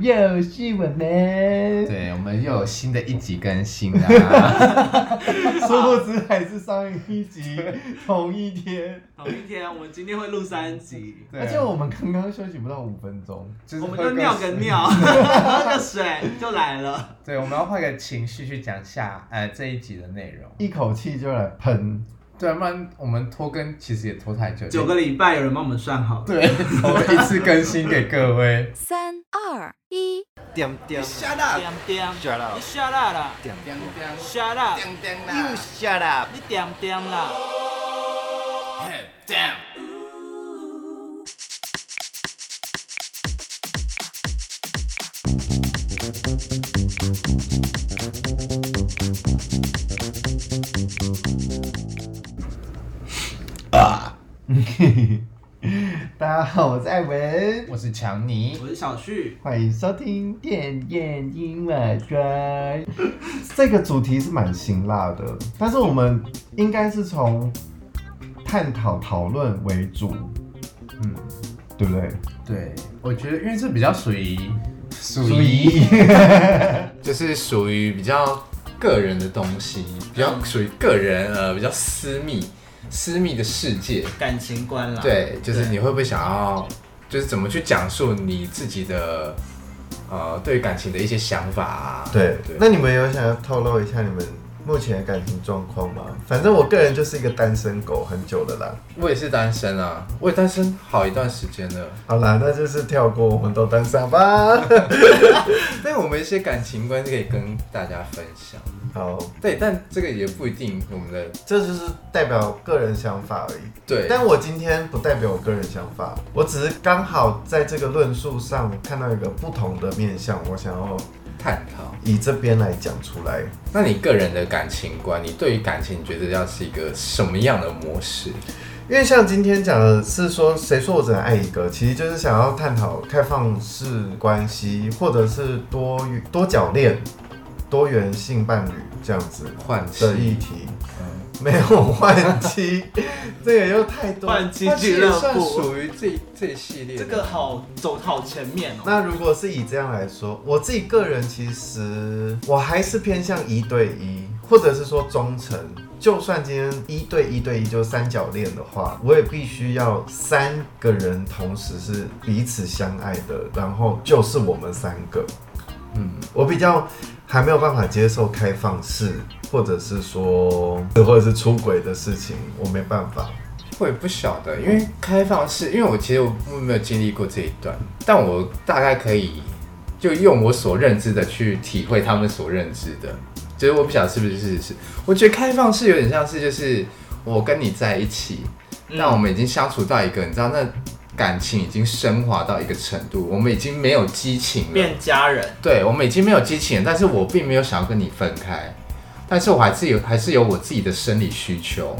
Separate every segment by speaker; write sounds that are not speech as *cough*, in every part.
Speaker 1: 又是我们。
Speaker 2: 对，我们又有新的一集更新啦。
Speaker 1: *laughs* 殊不知还是上一集同一天，
Speaker 3: 同一天，我们今天会录三 *laughs* 集，
Speaker 2: 对
Speaker 1: 而且我们刚刚休息不到五分钟，
Speaker 2: 就是
Speaker 3: 我们
Speaker 2: 会
Speaker 3: 就尿
Speaker 2: 水
Speaker 3: 个 *laughs* 尿，喝个水就来了。
Speaker 2: 对，我们要换个情绪去讲下呃这一集的内容。
Speaker 1: 一口气就来喷。
Speaker 2: 对，不然我们拖更其实也拖太久，
Speaker 3: 九个礼拜有人帮我们算好了，
Speaker 2: 对，我们一次更新给各位。
Speaker 4: 三二一。
Speaker 5: 点点
Speaker 3: Shut up，点点
Speaker 5: Shut up
Speaker 3: 你 shut up 啦
Speaker 5: 点点
Speaker 3: ，shut up，
Speaker 5: 点啦，You shut up！
Speaker 3: 你点点啦。
Speaker 1: 大家好，我是艾文，
Speaker 2: 我是强尼
Speaker 3: 我，是小旭，
Speaker 1: 欢迎收听电电英文专。这个主题是蛮辛辣的，但是我们应该是从探讨讨论为主，
Speaker 2: 嗯，
Speaker 1: 对不对？
Speaker 2: 对，我觉得因为这比较属于属
Speaker 1: 所
Speaker 2: 于
Speaker 1: 以
Speaker 2: 就是属于比较个人的东西，比较属于个人呃比较私密私密的世界。
Speaker 3: 感情观啦。，
Speaker 2: 对，就是
Speaker 3: 对
Speaker 2: 你会不会想要，就是怎么去讲述你自己的呃对感情的一些想法啊？
Speaker 1: 对
Speaker 2: 对，
Speaker 6: 那你们有想要透露一下你们目前的感情状况吗？反正我个人就是一个单身狗很久了啦。
Speaker 2: 我也是单身啊，我也单身好一段时间了。
Speaker 6: 好啦，那就是跳过我们都单
Speaker 2: *laughs*
Speaker 6: 身吧。
Speaker 2: 但我们一些感情观是可以跟大家分享。
Speaker 6: 好，
Speaker 2: 对，但这个也不一定我们的
Speaker 6: 这就是代表个人想法而已。
Speaker 2: 对，
Speaker 6: 但我今天不代表我个人想法，我只是刚好在这个论述上看到一个不同的面向，我想要
Speaker 2: 探讨。
Speaker 6: 以这边来讲出来。
Speaker 2: 那你个人的感情观，你对于感情你觉得要是一个什么样的模式？
Speaker 6: 因为像今天讲的是说，谁说我只能爱一个？其实就是想要探讨开放式关系，或者是多元多角恋、多元性伴侣这样子
Speaker 2: 换妻
Speaker 6: 的议题。没有换妻，这个又太多。
Speaker 3: 换妻
Speaker 2: 它其
Speaker 3: 俱
Speaker 2: 实
Speaker 3: 乐
Speaker 2: 算
Speaker 3: 部，
Speaker 2: 属于这这一系列的
Speaker 3: 这个好走好前面哦。
Speaker 6: 那如果是以这样来说，我自己个人其实我还是偏向一对一，或者是说忠诚。就算今天一对一对一就三角恋的话，我也必须要三个人同时是彼此相爱的，然后就是我们三个。
Speaker 2: 嗯，
Speaker 6: 我比较还没有办法接受开放式，或者是说或者是出轨的事情，我没办法。
Speaker 2: 我也不晓得，因为开放式，因为我其实我没有经历过这一段，但我大概可以就用我所认知的去体会他们所认知的，就是我不晓得是不是事实。我觉得开放式有点像是就是我跟你在一起，
Speaker 3: 嗯
Speaker 2: 但我们已经相处到一个你知道那感情已经升华到一个程度，我们已经没有激情了，
Speaker 3: 变家人，
Speaker 2: 对我们已经没有激情了，但是我并没有想要跟你分开，但是我还是有还是有我自己的生理需求，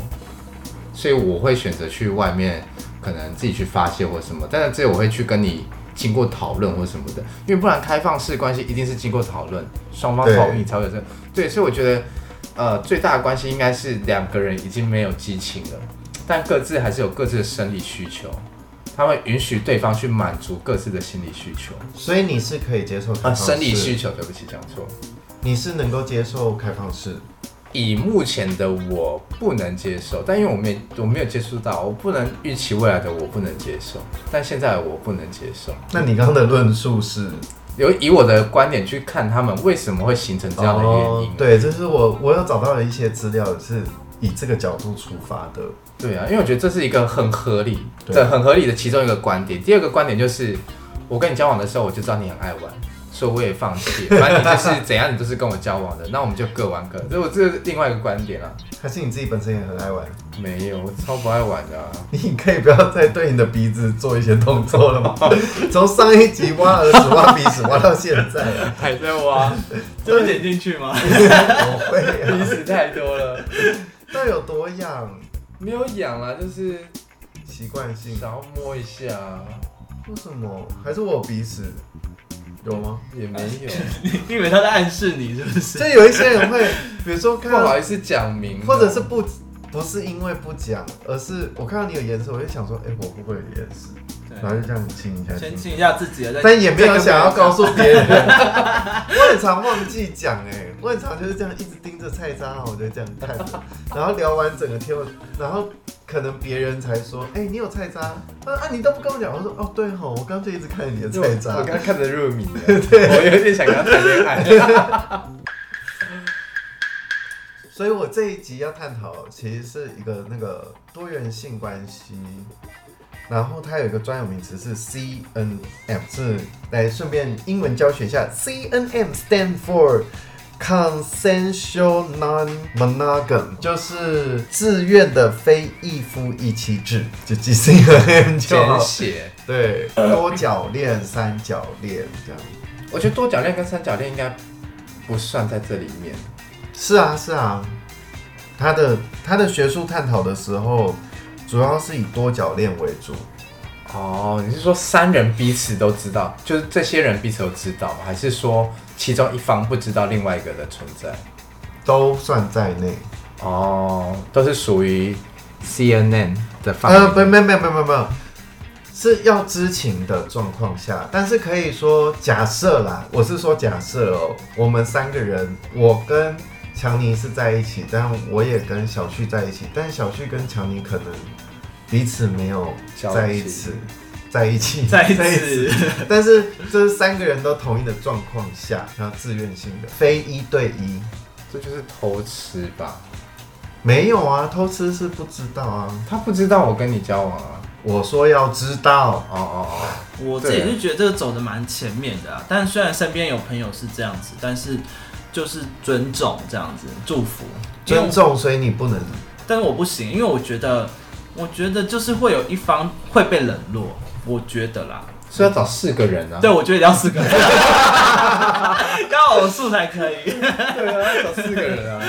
Speaker 2: 所以我会选择去外面，可能自己去发泄或什么，但是这我会去跟你经过讨论或什么的，因为不然开放式关系一定是经过讨论，双方
Speaker 6: 对
Speaker 2: 同意才会有这，对，所以我觉得，呃，最大的关系应该是两个人已经没有激情了，但各自还是有各自的生理需求，他们允许对方去满足各自的心理需求。
Speaker 6: 所以你是可以接受开
Speaker 2: 啊，
Speaker 6: 放式，
Speaker 2: 生理需求，对不起，讲错。
Speaker 6: 你是能够接受开放式。
Speaker 2: 以目前的我不能接受，但因为我没我没有接触到，我不能预期未来的我不能接受，但现在的我不能接受。
Speaker 6: 那你刚刚的论述是
Speaker 2: 有以我的观点去看他们为什么会形成这样的原因。
Speaker 6: 哦对，这是我我有找到了一些资料，是以这个角度出发的。
Speaker 2: 对啊，因为我觉得这是一个很合理、
Speaker 6: 对
Speaker 2: 这很合理的其中一个观点。第二个观点就是，我跟你交往的时候我就知道你很爱玩，所以我也放弃了，反正你就是 *laughs* 怎样，你都是跟我交往的，那我们就各玩各的。这我这是另外一个观点啊。
Speaker 6: 还是你自己本身也很爱玩， *laughs*
Speaker 2: 没有，我超不爱玩的、啊。
Speaker 6: 你可以不要再对你的鼻子做一些动作
Speaker 2: *laughs*
Speaker 6: 了吗？从上一集挖耳屎、挖鼻屎挖到现在了，
Speaker 2: 还在挖，
Speaker 3: 这会剪进去吗？
Speaker 6: 我会、
Speaker 2: *laughs*
Speaker 6: 啊，
Speaker 2: 鼻屎太多了，
Speaker 6: 到底有多痒？
Speaker 2: 没有痒啦，就是
Speaker 6: 习惯性？
Speaker 2: 想要摸一下啊，
Speaker 6: 为什么？还是我有鼻屎？有吗？
Speaker 2: 也没 *laughs* 有，
Speaker 3: *laughs* 你以为他在暗示你是不是？
Speaker 6: 就有一些人会，比如说看
Speaker 2: 不
Speaker 6: 到
Speaker 2: 好意思啊讲明的，
Speaker 6: 或者是不不是因为不讲，而是我看到你有眼屎，我就想说，哎、我会不会有眼屎？然后就这样亲一下，
Speaker 3: 先
Speaker 6: 亲一
Speaker 3: 亲
Speaker 6: 下
Speaker 3: 一下自己的，再
Speaker 6: 但也没有想要告诉别人。我很常忘记讲哎、我很常就是这样一直盯着菜渣，我就这样看，然后聊完整个天，然后可能别人才说，哎、你有菜渣？啊啊，你都不跟我讲，我说哦对吼，我刚就一直看你的菜渣
Speaker 2: 我。刚看得入 *laughs* 迷了，我有点想跟他谈恋爱。 *laughs*
Speaker 6: 所以我这一集要探讨其实是一个那个多元性关系，然后它有一个专有名词是 C N M，是来顺便英文教学一下，C N M stand for。Consensual non-monogam 就是自愿的非一夫一妻制，就记 C N M 就
Speaker 2: *laughs* 简
Speaker 6: 好。
Speaker 2: 写，
Speaker 6: 对，多角恋、三角恋这样。
Speaker 2: 我觉得多角恋跟三角恋应该不算在这里面。
Speaker 6: 是啊，是啊，他的他的学术探讨的时候，主要是以多角恋为主。
Speaker 2: 哦，你是说三人彼此都知道，就是这些人彼此都知道吗？还是说其中一方不知道另外一个的存在？
Speaker 6: 都算在内，
Speaker 2: 哦，都是属于 CNN 的范围。
Speaker 6: 呃，不，没有没有没有没有没有，是要知情的状况下，但是可以说假设啦，我是说假设哦，我们三个人，我跟强尼是在一起，但我也跟小旭在一起，但小旭跟强尼可能彼此没有在一
Speaker 2: 交
Speaker 6: 起
Speaker 2: 集，
Speaker 6: 在一起，
Speaker 3: 再一次，
Speaker 6: 但是这是三个人都同意的状况下，然后自愿性的，非一对一，
Speaker 2: 这就是偷吃吧？
Speaker 6: 没有啊，偷吃是不知道啊。
Speaker 2: 他不知道我跟你交往啊？
Speaker 6: 我说要知道，啊
Speaker 2: 哦哦
Speaker 3: 我自己是觉得这个走的蛮前面的啊，但虽然身边有朋友是这样子，但是就是尊重这样子，祝福
Speaker 6: 尊，重，所以你不能。
Speaker 3: 因为但是我不行，因为我觉得，我觉得就是会有一方会被冷落，我觉得啦，
Speaker 2: 哦，所以要找四个人啊？
Speaker 3: 对，我觉得一定要四个人， *laughs* 要偶数才可以。
Speaker 2: 要找四个人啊。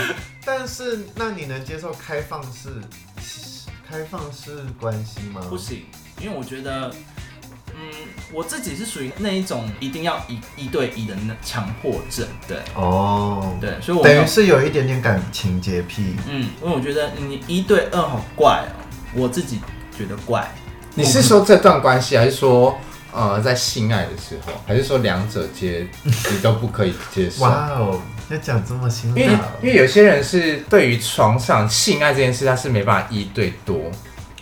Speaker 6: 但是，那你能接受开放式开放式关系吗？
Speaker 3: 不行，因为我觉得，嗯，我自己是属于那一种一定要一一对一的那强迫症，对
Speaker 6: 哦，
Speaker 3: 对，所以我没
Speaker 6: 等
Speaker 3: 有
Speaker 6: 于，是有一点点感情洁癖。
Speaker 3: 嗯，因为我觉得你一对二好怪哦、我自己觉得怪，
Speaker 2: 你是说这段关系，还是说呃在性爱的时候，还是说两者皆你都不可以接受？
Speaker 6: 哇哦，要讲这么辛苦啊
Speaker 2: 因为因为有些人是对于床上性爱这件事，他是没办法一对多，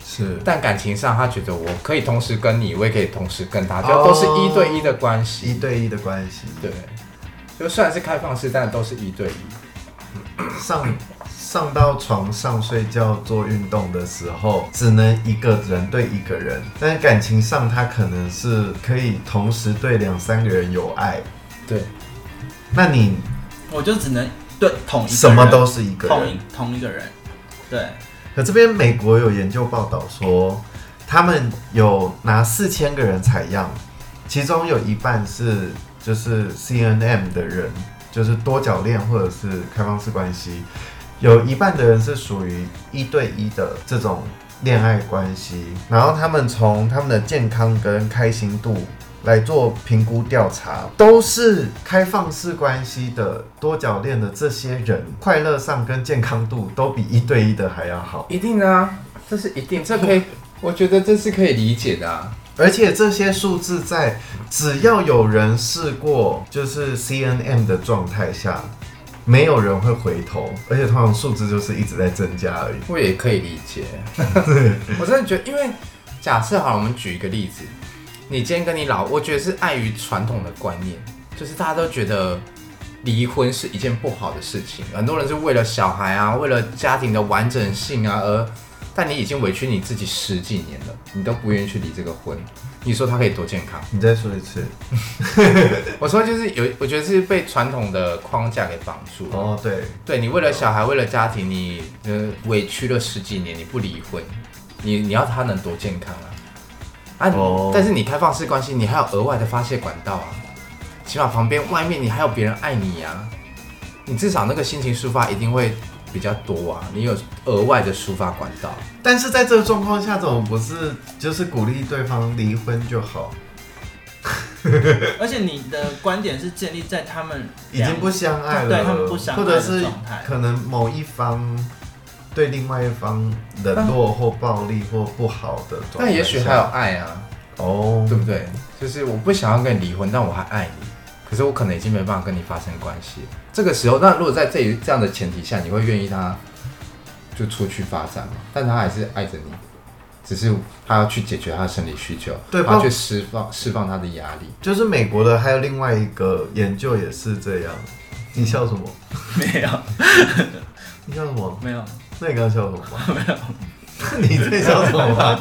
Speaker 6: 是
Speaker 2: 但感情上他觉得我可以同时跟你，我也可以同时跟他，就
Speaker 6: 哦
Speaker 2: 都是一对一的关
Speaker 6: 一
Speaker 2: 系。
Speaker 6: 对一的关系。
Speaker 2: 对，就虽然是开放式，但都是一对一。
Speaker 6: 上上到床上睡觉做运动的时候，只能一个人对一个人，但感情上他可能是可以同时对两三个人有爱。
Speaker 2: 对，
Speaker 6: 那你
Speaker 3: 我就只能对同一个
Speaker 6: 什么
Speaker 3: 人
Speaker 6: 都是一个
Speaker 3: 同一
Speaker 6: 人。
Speaker 3: 同一个人，对，
Speaker 6: 可这边美国有研究报道说，他们有拿四千个人采样，其中有一半是就是 C N M 的人，就是多角恋或者是开放式关系，有一半的人是属于一对一的这种恋爱关系，然后他们从他们的健康跟开心度。来做评估调查，都是开放式关系的多角恋的这些人，快乐上跟健康度都比一对一的还要好。
Speaker 2: 一定的啊，这是一定，这可以，我觉得这是可以理解的啊。
Speaker 6: 而且这些数字在只要有人试过就是 C N M 的状态下，没有人会回头，而且通常数字就是一直在增加而已。
Speaker 2: 我也可以理解。我真的觉得，因为假设好了，我们举一个例子，你今天跟你老，我觉得是碍于传统的观念，就是大家都觉得离婚是一件不好的事情，啊很多人是为了小孩啊，为了家庭的完整性啊而。但你已经委屈你自己十几年了，你都不愿意去离这个婚，你说他可以多健康？
Speaker 6: 你再说一次
Speaker 2: 我说就是有，我觉得是被传统的框架给绑住了。
Speaker 6: 哦，对，
Speaker 2: 对你为了小孩，为了家庭，你呃委屈了十几年，你不离婚，你你要他能多健康啊？啊，
Speaker 6: 哦
Speaker 2: 但是你开放式关系，你还有额外的发泄管道啊，起码旁边外面你还有别人爱你呀、啊，你至少那个心情抒发一定会比较多啊，你有额外的抒发管道。
Speaker 6: 但是在这个状况下，怎么不是就是鼓励对方离婚就好？
Speaker 3: 而且你的观点是建立在他们
Speaker 6: 已经
Speaker 3: 两
Speaker 6: 不相爱了，
Speaker 3: 对他们不相爱
Speaker 6: 或
Speaker 3: 的
Speaker 6: 者是
Speaker 3: 状
Speaker 6: *laughs*
Speaker 3: 态
Speaker 6: 可能某一方对另外一方冷落或暴力或不好的状态下，
Speaker 2: 但也许还有爱啊，
Speaker 6: 哦，
Speaker 2: 对不对？就是我不想要跟你离婚，但我还爱你，可是我可能已经没办法跟你发生关系。这个时候，那如果在这一这样的前提下，你会愿意他就出去发展吗？但他还是爱着你，只是他要去解决他的生理需求，
Speaker 6: 对
Speaker 2: 他要
Speaker 6: 不
Speaker 2: 去释放释放他的压力。
Speaker 6: 就是美国的，还有另外一个研究也是这样。你笑什么？
Speaker 3: 没有，
Speaker 6: 你笑什么？
Speaker 3: 没有，
Speaker 6: 那你刚刚笑什么？没有。 *laughs* 你在笑什么？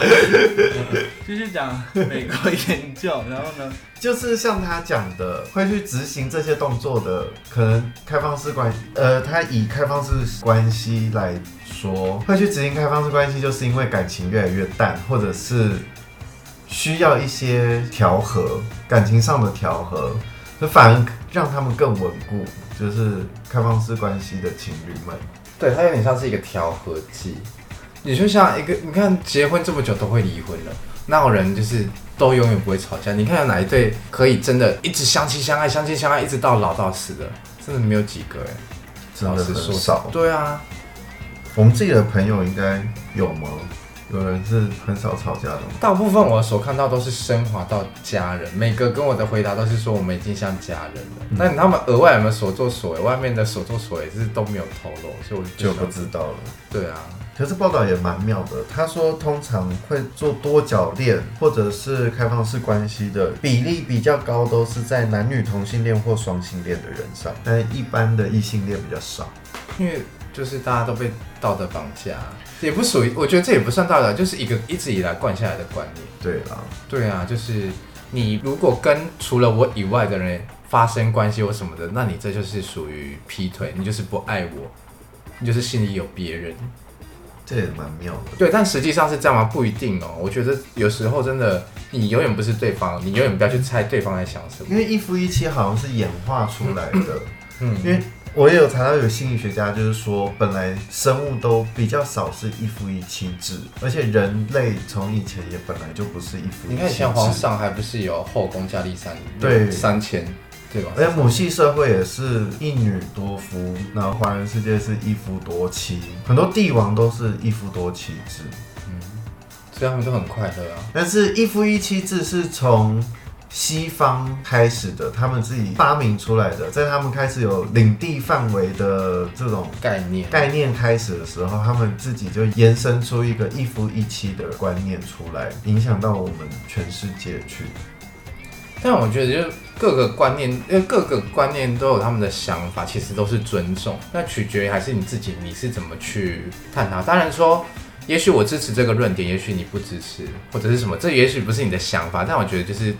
Speaker 3: 继续讲美国研究，然后呢，
Speaker 6: 就是像他讲的，会去执行这些动作的，可能开放式关，呃，他以开放式关系来说，会去执行开放式关系，就是因为感情越来越淡，或者是需要一些调和，感情上的调和，那反而让他们更稳固，就是开放式关系的情侣们。
Speaker 2: 对，它有点像是一个调和剂。你就像一个，你看结婚这么久都会离婚了，那种人就是都永远不会吵架。你看有哪一对可以真的一直相亲相爱、相亲相爱，一直到老到死的，真的没有几个哎、
Speaker 6: 真
Speaker 2: 老
Speaker 6: 的
Speaker 2: 实
Speaker 6: 很
Speaker 2: 说，
Speaker 6: 少
Speaker 2: 对啊，
Speaker 6: 我们自己的朋友应该有吗？有人是很少吵架的吗？
Speaker 2: 大部分我所看到都是升华到家人，每个跟我的回答都是说我们已经像家人了。那、他们额外有没有所作所为，外面的所作所为是都没有透露，所以我就
Speaker 6: 就不知道了。
Speaker 2: 对啊，
Speaker 6: 可是报道也蛮妙的，他说通常会做多角恋或者是开放式关系的比例比较高，都是在男女同性恋或双性恋的人上，但一般的异性恋比较少。
Speaker 2: 因为就是大家都被道德绑架，也不属于，我觉得这也不算道德，就是一个一直以来惯下来的观念。
Speaker 6: 对啦，
Speaker 2: 对啊，就是你如果跟除了我以外的人发生关系或什么的，那你这就是属于劈腿，你就是不爱我，你就是心里有别人。
Speaker 6: 这也蛮妙的。
Speaker 2: 对，但实际上是这样吗？不一定哦。我觉得有时候真的，你永远不是对方，你永远不要去猜对方在想什
Speaker 6: 因
Speaker 2: 么。
Speaker 6: 为一夫一妻好像是演化出来的，
Speaker 2: 嗯
Speaker 6: 因为我也有查到有心理学家就是说，本来生物都比较少是一夫一妻制，而且人类从以前也本来就不是一夫一
Speaker 2: 你看，
Speaker 6: 妻
Speaker 2: 像皇
Speaker 6: 制，
Speaker 2: 上还不是有后宫佳丽三
Speaker 6: 对
Speaker 2: 三千，对吧？
Speaker 6: 而且哎母系社会也是一女多夫，然后华人世界是一夫多妻，很多帝王都是一夫多妻制，
Speaker 2: 所以他们都很快乐啊。
Speaker 6: 但是一夫一妻制是从西方开始的，他们自己发明出来的，在他们开始有领地范围的这种
Speaker 2: 概念，啊
Speaker 6: 概念开始的时候，他们自己就延伸出一个一夫一妻的观念出来，影响到我们全世界去。
Speaker 2: 但我觉得就是各个观念，因为各个观念都有他们的想法，其实都是尊重。那取决于还是你自己，你是怎么去探讨。当然说，也许我支持这个论点，也许你不支持，或者是什么，这也许不是你的想法。但我觉得就是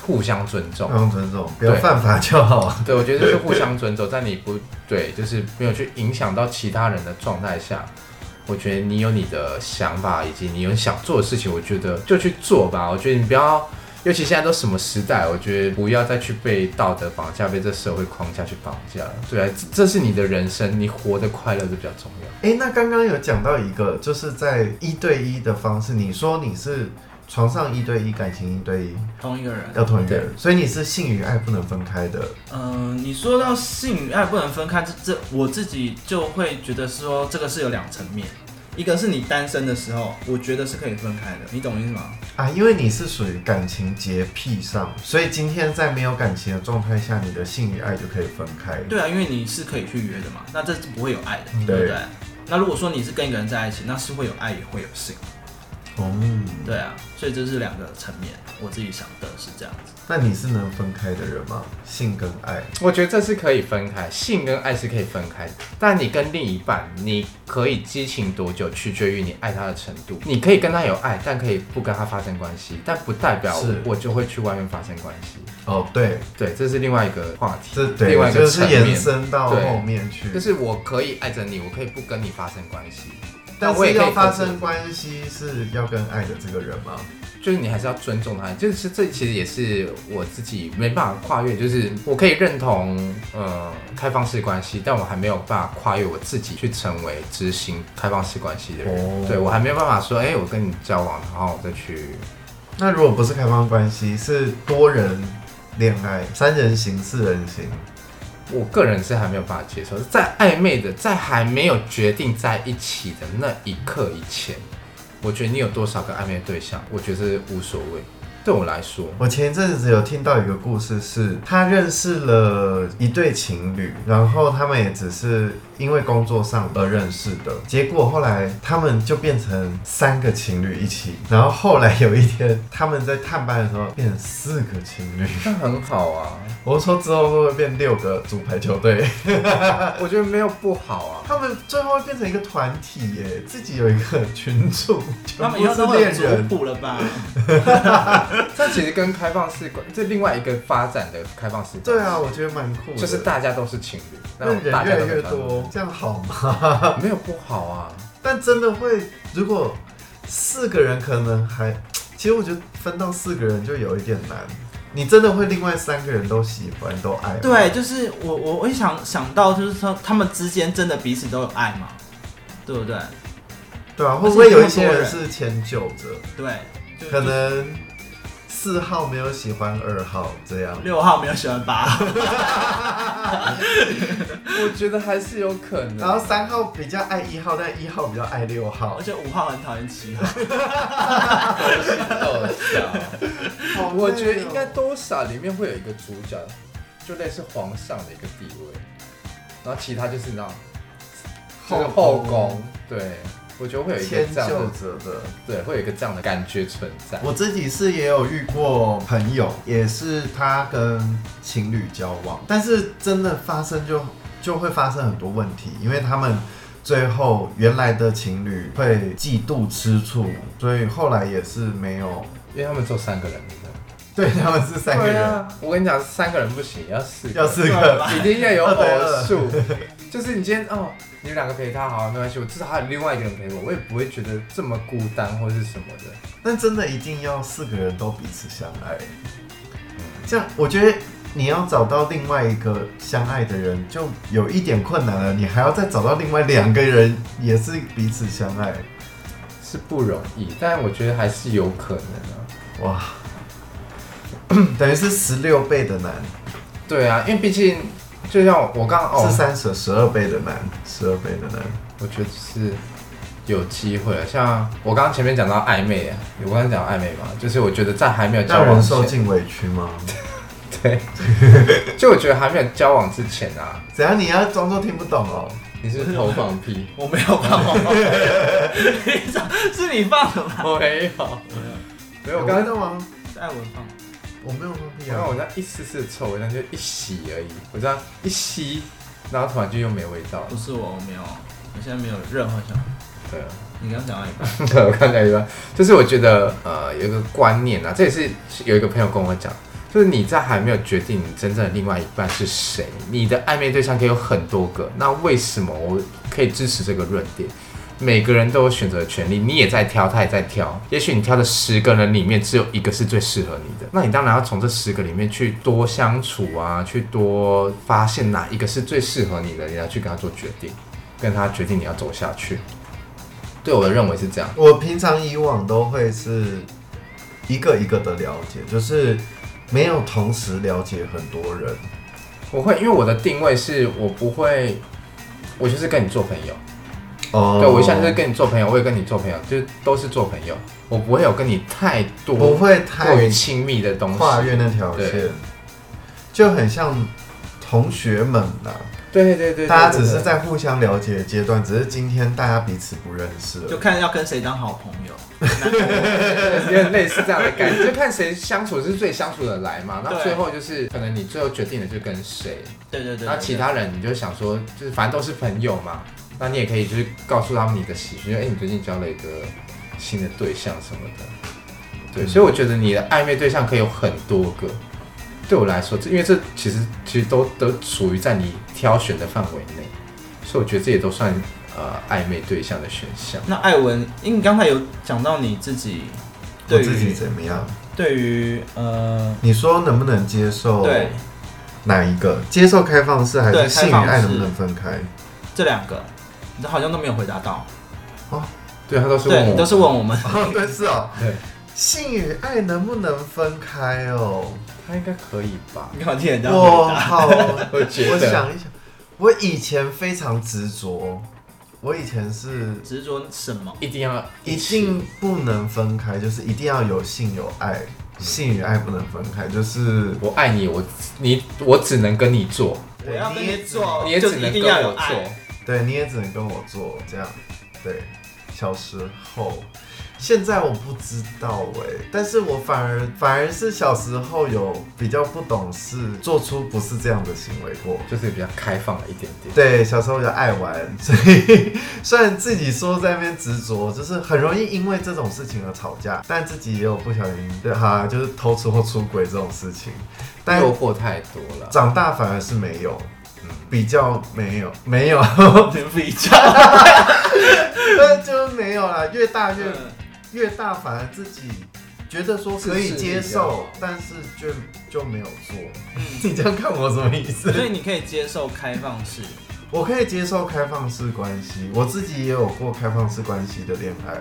Speaker 2: 互相尊重。
Speaker 6: 让尊重，不要
Speaker 2: 哦对
Speaker 6: 犯法就好。 *laughs*
Speaker 2: 对，我觉得就是互相尊重，在你不对，就是没有去影响到其他人的状态下，我觉得你有你的想法，以及你有想做的事情，我觉得就去做吧。我觉得你不要，尤其现在都什么时代，我觉得不要再去被道德绑架，被这社会框架去绑架了。对啊，这这是你的人生，你活得快乐是比较重要。
Speaker 6: 哎、那刚刚有讲到一个，就是在一对一的方式，你说你是床上一对一，感情一对一，
Speaker 3: 同一个人，
Speaker 6: 要同一个人，所以你是性与爱不能分开的。
Speaker 3: 嗯、你说到性与爱不能分开，这这我自己就会觉得说这个是有两层面，一个是你单身的时候，我觉得是可以分开的，你懂我意思吗？
Speaker 6: 啊，因为你是属于感情洁癖上，所以今天在没有感情的状态下，你的性与爱就可以分开。
Speaker 3: 对啊，因为你是可以去约的嘛，那这是不会有爱的，
Speaker 6: 嗯对
Speaker 3: 对不对？那如果说你是跟一个人在一起，那是会有爱也会有性，
Speaker 6: 哦，
Speaker 3: 对啊，所以这是两个层面，我自己想的是这样子。
Speaker 6: 那你是能分开的人吗？性跟爱？
Speaker 2: 我觉得这是可以分开，性跟爱是可以分开的。但你跟另一半，你可以激情多久，取决于你爱他的程度。你可以跟他有爱，但可以不跟他发生关系，但不代表
Speaker 6: 是
Speaker 2: 我就会去外面发生关系。
Speaker 6: 哦，对，
Speaker 2: 对，这是另外一个话题，
Speaker 6: 这对
Speaker 2: 另外一
Speaker 6: 就
Speaker 2: 个
Speaker 6: 是
Speaker 2: 层
Speaker 6: 延
Speaker 2: 面。
Speaker 6: 伸到
Speaker 2: 对
Speaker 6: 后面去，
Speaker 2: 就是我可以爱着你，我可以不跟你发生关系，
Speaker 6: 但
Speaker 2: 我
Speaker 6: 是
Speaker 2: 也可以
Speaker 6: 要发
Speaker 2: 克制
Speaker 6: 生关系是要跟爱的这个人吗？
Speaker 2: 就是你还是要尊重他，就是这其实也是我自己没办法跨越，就是我可以认同呃开放式关系，但我还没有办法跨越我自己去成为执行开放式关系的人，
Speaker 6: 哦
Speaker 2: 对我还没有办法说，哎、我跟你交往，然后我再去，
Speaker 6: 那如果不是开放关系，是多人恋爱，三人行、四人行，
Speaker 2: 我个人是还没有办法接受，在暧昧的，在还没有决定在一起的那一刻以前，我觉得你有多少个暧昧对象，我觉得是无所谓。对我来说，
Speaker 6: 我前一阵子有听到一个故事是，他认识了一对情侣，然后他们也只是因为工作上而认识的，结果后来他们就变成三个情侣一起，然后后来有一天他们在探班的时候变成四个情侣，
Speaker 2: 那很好啊，
Speaker 6: 我说之后会不会变六个组排球队？
Speaker 2: 呃我觉得没有不好啊。
Speaker 6: *laughs* 他们最后会变成一个团体耶，自己有一个群主，
Speaker 3: 他们以
Speaker 6: 全
Speaker 3: 后都
Speaker 6: 部是
Speaker 3: 会有
Speaker 6: 恋
Speaker 3: 族
Speaker 6: 人。
Speaker 3: 谱了
Speaker 6: *laughs*
Speaker 3: 吧？
Speaker 2: 这其实跟开放式关，这另外一个发展的开放式关系
Speaker 6: 对啊，，我觉得蛮酷的，
Speaker 2: 就是大家都是情侣，那
Speaker 6: 那人
Speaker 2: 大家
Speaker 6: 越
Speaker 2: 都
Speaker 6: 来
Speaker 2: 是
Speaker 6: 越
Speaker 2: 团体
Speaker 6: 多，这样好吗？
Speaker 2: 没有不好啊。
Speaker 6: 但真的会，如果四个人可能还，其实我觉得分到四个人就有一点难。你真的会另外三个人都喜欢都爱吗？
Speaker 3: 对，就是我我我一想想到就是说他们之间真的彼此都有爱嘛，对不对？
Speaker 6: 对啊，会不会有一
Speaker 3: 而且
Speaker 6: 些
Speaker 3: 那么多
Speaker 6: 人
Speaker 3: 人
Speaker 6: 是迁就着？
Speaker 3: 对，就
Speaker 6: 可能四号没有喜欢二号这样。
Speaker 3: 六号没有喜欢八号， *laughs*
Speaker 2: 我觉得还是有可能。
Speaker 6: 然后三号比较爱一号，但一号比较爱六号
Speaker 3: 而，且五号很讨厌七号。
Speaker 6: *laughs*
Speaker 2: 逗笑，
Speaker 6: 好累哦
Speaker 2: *laughs* 我觉得应该多少里面会有一个主角，就类似皇上的一个地位，然后其他就是那种就是后宫，对。我觉得会有一个
Speaker 6: 迁
Speaker 2: 这样
Speaker 6: 就
Speaker 2: 的，
Speaker 6: 着的。
Speaker 2: 对，会有一个这样的感觉存在。
Speaker 6: 我自己是也有遇过朋友，也是他跟情侣交往，但是真的发生就就会发生很多问题，因为他们最后原来的情侣会嫉妒吃醋，所以后来也是没有。
Speaker 2: 因为他们只有三个人，
Speaker 6: 对，他们是三个
Speaker 2: 对
Speaker 6: 人，
Speaker 2: 啊，我跟你讲，三个人不行，要四个
Speaker 6: 要四 *laughs* 个，
Speaker 2: 一定要有
Speaker 6: 二对
Speaker 2: 偶
Speaker 6: 二
Speaker 2: 数，就是你今天哦，你们两个陪他好，没关系，我至少还有另外一个人陪我，我也不会觉得这么孤单或是什么的。
Speaker 6: 但真的一定要四个人都彼此相爱。这样，我觉得你要找到另外一个相爱的人，就有一点困难了。你还要再找到另外两个人，也是彼此相爱。
Speaker 2: 是不容易，但我觉得还是有可能啊。
Speaker 6: 哇，等于是十六倍的难，
Speaker 2: 对啊，因为毕竟就像我刚刚
Speaker 6: 是
Speaker 2: 哦，
Speaker 6: 三十十二倍的难，十二倍的难。
Speaker 2: 我觉得是有机会了。像我刚刚前面讲到暧昧啊，我刚刚讲到暧昧嘛，就是我觉得在还没有交
Speaker 6: 让
Speaker 2: 往
Speaker 6: 人受
Speaker 2: 前，
Speaker 6: 尽委屈 *laughs* 吗？
Speaker 2: 对，就我觉得还没有交往之前啊，
Speaker 6: 怎样？你要装作听不懂哦？
Speaker 2: 你是投放屁。
Speaker 3: 我没有放哦，你知道 *laughs* 是你放的吗？
Speaker 2: 没有，没有，我刚刚
Speaker 6: 看到吗？
Speaker 3: 是艾文放的。
Speaker 6: 我没有放屁
Speaker 2: 然
Speaker 6: 啊
Speaker 2: 后！我那一丝丝的臭味，那就一吸而已，我这样一吸，然后突然就又没味道了
Speaker 3: 不。是我，我没有，我现在没有任何想法。
Speaker 2: 对啊，
Speaker 3: 你刚讲到一
Speaker 2: *laughs*
Speaker 3: 半，
Speaker 2: 我刚才说，就是我觉得呃有一个观念啊，这也是有一个朋友跟我讲，就是你在还没有决定你真正的另外一半是谁，你的暧昧对象可以有很多个，那为什么我可以支持这个论点？每个人都有选择的权利，你也在挑，他也在挑。也许你挑的十个人里面，只有一个是最适合你的，那你当然要从这十个里面去多相处啊，去多发现哪一个是最适合你的，你要去跟他做决定，跟他决定你要走下去。对我的认为是这样。
Speaker 6: 我平常以往都会是一个一个的了解，就是没有同时了解很多人。
Speaker 2: 我会，因为我的定位是我不会，我就是跟你做朋友。
Speaker 6: 哦
Speaker 2: 对我现在就是跟你做朋友，我也跟你做朋友，就是都是做朋友。我不会有跟你太多
Speaker 6: 不会
Speaker 2: 过
Speaker 6: 太
Speaker 2: 于亲密的东西。
Speaker 6: 跨越那条线
Speaker 2: 对，
Speaker 6: 就很像同学们呐、
Speaker 2: 对对对对，
Speaker 6: 大家
Speaker 2: 对
Speaker 6: 只是。
Speaker 2: 对
Speaker 6: 在互相了解的阶段，只是今天大家彼此不认识
Speaker 3: 就
Speaker 6: 了。
Speaker 3: 看要跟谁当好朋
Speaker 2: *laughs*
Speaker 3: 友。
Speaker 2: 有点类似这样的感觉，就看谁相处是最相处的来嘛。那
Speaker 3: 对
Speaker 2: 最后就是可能你最后决定的就跟谁，
Speaker 3: 对对对
Speaker 2: 那其他人你就想说，就是反正都是朋友嘛，那你也可以就是告诉他们你的喜讯，哎、你最近交了一个新的对象什么的。对，
Speaker 3: 嗯
Speaker 2: 所以我觉得你的暧昧对象可以有很多个。对我来说，这因为这其实其实都都属于在你挑选的范围内，所以我觉得这也都算呃暧昧对象的选项。
Speaker 3: 那艾文，因为你刚才有讲到你自己
Speaker 6: 我
Speaker 3: 对
Speaker 6: 自己
Speaker 3: 于
Speaker 6: 怎么样？
Speaker 3: 对于呃
Speaker 6: 你说能不能接
Speaker 2: 哦
Speaker 6: 受？
Speaker 3: 对，
Speaker 6: 哪一个？接受开放式还
Speaker 3: 对
Speaker 6: 是性
Speaker 3: 开
Speaker 6: 与
Speaker 3: 放
Speaker 6: 爱
Speaker 3: 式
Speaker 6: 能不能分开？
Speaker 3: 这两个，你好像都没有回答到。
Speaker 2: 对，他都是问
Speaker 3: 对，
Speaker 2: 我，
Speaker 3: 你都是问我
Speaker 2: *laughs*
Speaker 3: 们。
Speaker 6: 哦，对，是哦。
Speaker 2: 对，
Speaker 6: 性与爱能不能分开哦？
Speaker 2: 他应该可以
Speaker 3: *laughs*
Speaker 2: 吧？
Speaker 3: 你好，听人家
Speaker 6: 我
Speaker 3: 回答。
Speaker 6: 好，
Speaker 2: 我觉得
Speaker 6: 我想一想，我以前非常执着，我以前是
Speaker 3: 执着什么？
Speaker 2: 一定要
Speaker 6: 一
Speaker 2: 起
Speaker 6: 定不能分开，就是一定要有性有爱。
Speaker 2: 嗯
Speaker 6: 性与爱不能分开，就是
Speaker 2: 我爱你，我你我只能跟你做，
Speaker 3: 我要跟你做，
Speaker 2: 你也
Speaker 3: 就
Speaker 2: 只
Speaker 3: 一
Speaker 2: 能
Speaker 3: 定
Speaker 2: 跟
Speaker 3: 要有
Speaker 2: 我
Speaker 3: 爱。 *laughs*
Speaker 2: 做。
Speaker 6: 对你也只能跟我做这样。对，小时候，现在我不知道哎、但是我反而反而是小时候有比较不懂事，做出不是这样的行为过。
Speaker 2: 就是比较开放了一点点。
Speaker 6: 对，小时候比较爱玩，所以虽然自己说在那边执着，就是很容易因为这种事情而吵架，但自己也有不小心，对哈，就是偷吃或出轨这种事情。但
Speaker 2: 诱惑太多了，
Speaker 6: 长大反而是没有，嗯比较没有，没有， *laughs*
Speaker 2: *laughs*
Speaker 3: 比较，
Speaker 6: 但就是没有啦。越大越
Speaker 3: 嗯
Speaker 6: 越大，反而自己觉得说可以接受，但是就就没有做。
Speaker 2: 嗯
Speaker 6: *laughs* 你这样看我什么意思？
Speaker 3: 所以你可以接受开放式，
Speaker 6: 我可以接受开放式关系，我自己也有过开放式关系的恋爱。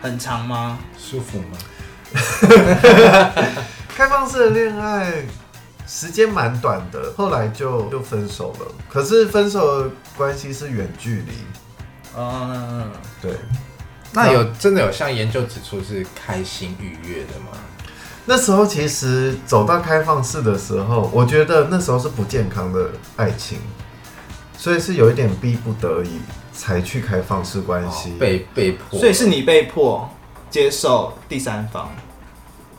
Speaker 3: 很长吗？
Speaker 2: 舒服吗？
Speaker 6: 开放式的恋爱时间蛮短的，后来就就分手了。可是分手的关系是远距离，
Speaker 3: 嗯，
Speaker 6: 对。
Speaker 2: 那有真的有像研究指出是开心愉悦的吗？
Speaker 6: 那时候其实走到开放式的时候，我觉得那时候是不健康的爱情，所以是有一点逼不得已才去开放式关系。
Speaker 2: 被被迫，
Speaker 3: 所以是你被迫接受第三方，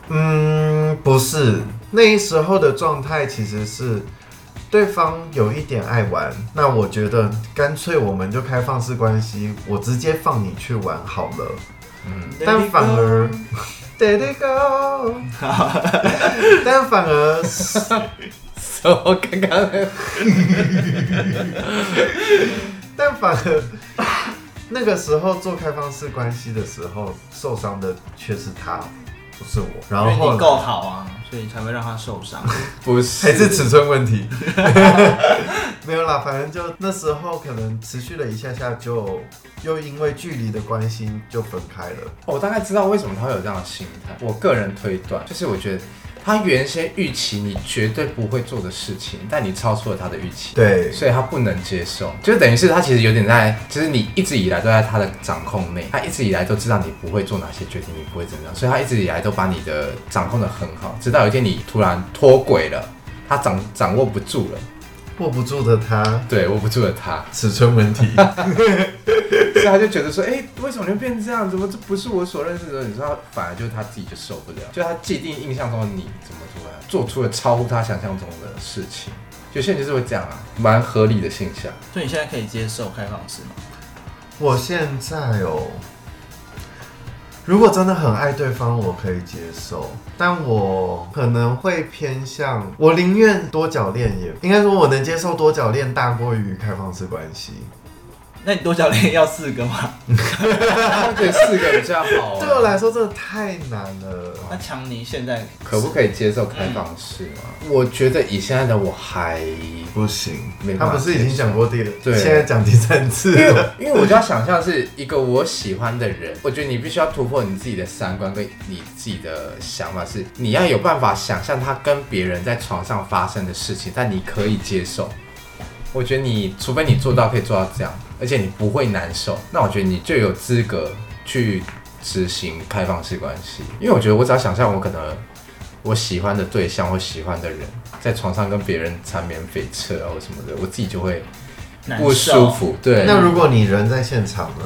Speaker 6: 嗯，不是，那时候的状态其实是对方有一点爱玩，那我觉得干脆我们就开放式关系，我直接放你去玩好了。但反而 d a d go，但反而
Speaker 2: 我刚刚那个
Speaker 6: 但反而那个时候做开放式关系的时候，受伤的却是他，不是我。然
Speaker 3: 因
Speaker 6: 后
Speaker 3: 为
Speaker 6: 后
Speaker 3: 你
Speaker 6: 来
Speaker 3: 够好啊，所以才会让他受伤。
Speaker 2: 不是
Speaker 6: 还是尺寸问题， *laughs* 没有啦，反正就那时候可能持续了一下下就，又因为距离的关系就分开了。
Speaker 2: 我大概知道为什么他会有这样的心态。我个人推断，就是我觉得他原先预期你绝对不会做的事情，但你超出了他的预期，
Speaker 6: 对
Speaker 2: 所以他不能接受，就等于是他其实有点在，就是你一直以来都在他的掌控内，他一直以来都知道你不会做哪些决定，你不会怎么样，所以他一直以来都把你的掌控的很好，直到有一天你突然脱轨了，他掌掌握不住了，
Speaker 6: 握不住的 *laughs* 他，
Speaker 2: 对，握不住了他， *laughs*
Speaker 6: 尺寸问题。
Speaker 2: 所以他就觉得说，哎、为什么你会变成这样子？我这不是我所认识的。你说他反而就是他自己就受不了，就他既定印象中的你怎么突然做出了超乎他想象中的事情。有些人就是会这样啊，蛮合理的现象。 *laughs*
Speaker 3: 所以你现在可以接受开放式吗？
Speaker 6: 我现在哦，如果真的很爱对方，我可以接受，但我可能会偏向，我宁愿多角恋也，应该说我能接受多角恋大过于开放式关系。
Speaker 3: 那你多角恋要四个吗？
Speaker 2: 他觉得四个比较好、啊
Speaker 6: 对我来说，真的太难了。
Speaker 3: *laughs* 那强尼现在
Speaker 2: 可不可以接受开放式吗？我觉得以现在的我还
Speaker 6: 不行
Speaker 2: 没，
Speaker 6: 他
Speaker 2: 办法
Speaker 6: 不是已经讲过第，
Speaker 2: 对
Speaker 6: 现在讲第三次
Speaker 2: 因为
Speaker 6: 了。
Speaker 2: 因为我就要想象是一个我喜欢的人，我觉得你必须要突破你自己的三观跟你自己的想法是，你要有办法想象他跟别人在床上发生的事情，但你可以接受。我觉得你除非你做到可以做到这样，而且你不会难受，那我觉得你就有资格去执行开放式关系。因为我觉得我只要想象我可能我喜欢的对象或喜欢的人在床上跟别人缠绵悱恻啊或什么的，我自己就会
Speaker 3: 难受
Speaker 2: 不舒。服。对，
Speaker 6: *laughs* 那如果你人在现场呢？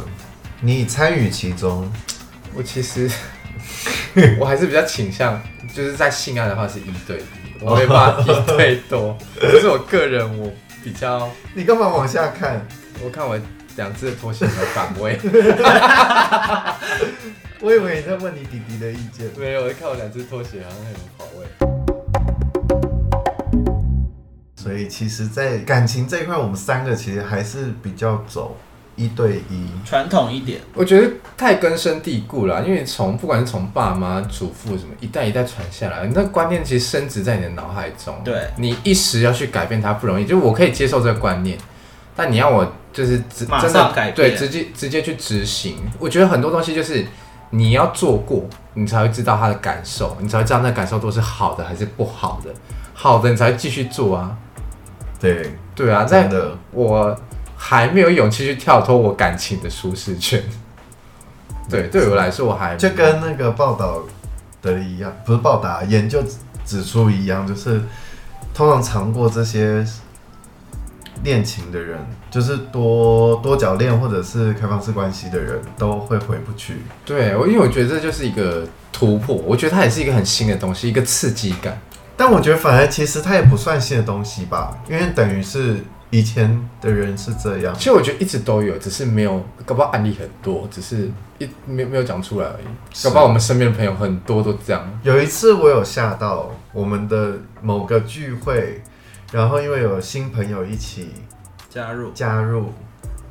Speaker 6: 你参与其中，
Speaker 2: 我其 *laughs* 实我还是比较倾向，就是在性爱的话是一对一，我没办法一对 *laughs* 多。可是我个人我比较，
Speaker 6: 你干嘛往下看？
Speaker 2: 我看我两只拖鞋有没有反位，
Speaker 6: 我以为你在问你弟弟的意见。
Speaker 2: *laughs* 没有，我看我两只拖鞋好像有没有跑位。
Speaker 6: 所以其实，在感情这一块，我们三个其实还是比较走一对一。
Speaker 3: 传统一点，
Speaker 2: 我觉得太根深蒂固了，因为从不管是从爸妈、祖父什么一代一代传下来，那观念其实深植在你的脑海中。
Speaker 3: 对
Speaker 2: 你一时要去改变它不容易，就我可以接受这个观念，但你要我就是直
Speaker 3: 马上
Speaker 2: 真的
Speaker 3: 改变
Speaker 2: 对，直接直接去执行。我觉得很多东西就是你要做过，你才会知道他的感受，你才会知道那感受都是好的还是不好的。好的，你才会继续做啊。
Speaker 6: 对，
Speaker 2: 对啊，
Speaker 6: 真
Speaker 2: 在
Speaker 6: 的，
Speaker 2: 我还没有勇气去跳脱我感情的舒适圈。对，对我来说，我还
Speaker 6: 就跟那个报道的一样，不是报答，研究指出一样，就是通常尝过这些恋情的人，就是多多角恋或者是开放式关系的人，都会回不去。
Speaker 2: 对，我因为我觉得这就是一个突破，我觉得它也是一个很新的东西，一个刺激感。
Speaker 6: 但我觉得反而其实它也不算新的东西吧，因为等于是以前的人是这样
Speaker 2: 其。实我觉得一直都有，只是没有，搞不好案例很多，只是一没有没有讲出来而已。
Speaker 6: 是
Speaker 2: 搞不好我们身边的朋友很多都这样。
Speaker 6: 有一次我有吓到我们的某个聚会，然后因为有新朋友一起
Speaker 3: 加入
Speaker 6: 加入，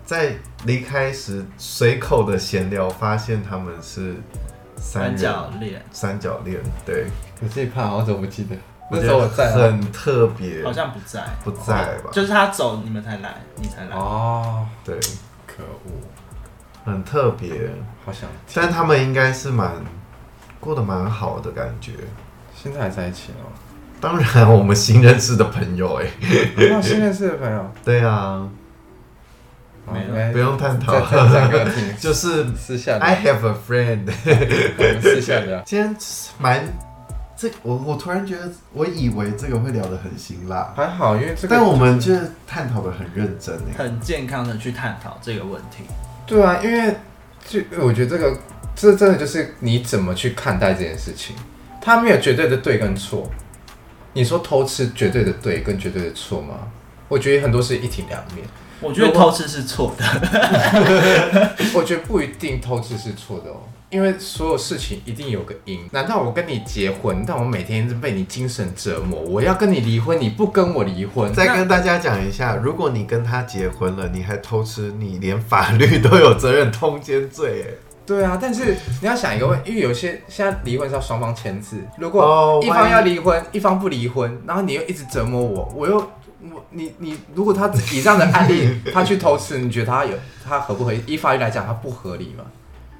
Speaker 6: 在离开时随口的闲聊，发现他们是
Speaker 3: 三
Speaker 6: 三人
Speaker 3: 角恋，
Speaker 6: 三角恋，对，
Speaker 2: 我这一趴我怎么不记得？那
Speaker 6: 我觉
Speaker 2: 时候我
Speaker 6: 得
Speaker 2: 在啊
Speaker 6: 很特别，
Speaker 3: 好像不在，
Speaker 6: 不在吧？
Speaker 3: 就是他走你们才来，你才来。
Speaker 2: 哦，
Speaker 6: 对，
Speaker 2: 可恶，
Speaker 6: 很特别，
Speaker 2: 好想听。
Speaker 6: 但他们应该是蛮过得蛮好的感觉。
Speaker 2: 现在还在一起哦。
Speaker 6: 当然，我们新认识的朋友、欸，哎，
Speaker 2: 那新认识的朋友，
Speaker 6: 对啊，
Speaker 3: 没有
Speaker 2: 了，
Speaker 6: 不用探讨
Speaker 2: 再再讲给我 *laughs* 听，
Speaker 6: 就是哎
Speaker 2: 私下聊
Speaker 6: I have a friend。
Speaker 2: 我们私下聊。
Speaker 6: 今天蛮这，我我突然觉得，我以为这个会聊得很辛辣，
Speaker 2: 还好，因为这个，
Speaker 6: 但我们就是探讨的很认真哎、
Speaker 3: 很健康的去探讨这个问题，
Speaker 2: 对啊，因为就我觉得这个，这真的就是你怎么去看待这件事情，它没有绝对的对跟错。你说偷吃绝对的对跟绝对的错吗？我觉得很多是一体两面，
Speaker 3: 我觉得偷吃是错的。
Speaker 2: 我觉得不一定偷吃是错的哦，因为所有事情一定有个因。难道我跟你结婚，但我每天是被你精神折磨？我要跟你离婚，你不跟我离婚，
Speaker 6: 再跟大家讲一下，如果你跟他结婚了，你还偷吃，你连法律都有责任通奸罪哎、
Speaker 2: 对啊，但是你要想一个问，因为有些现在离婚是要双方签字，如
Speaker 6: 哦
Speaker 2: 果一
Speaker 6: 万
Speaker 2: 方
Speaker 6: 一
Speaker 2: 要离婚，一方不离婚，然后你又一直折磨我，我又我你你，如果他以上的案
Speaker 6: *laughs*
Speaker 2: 例他去偷吃，你觉得他有他合不合理？依法律来讲，他不合理嘛？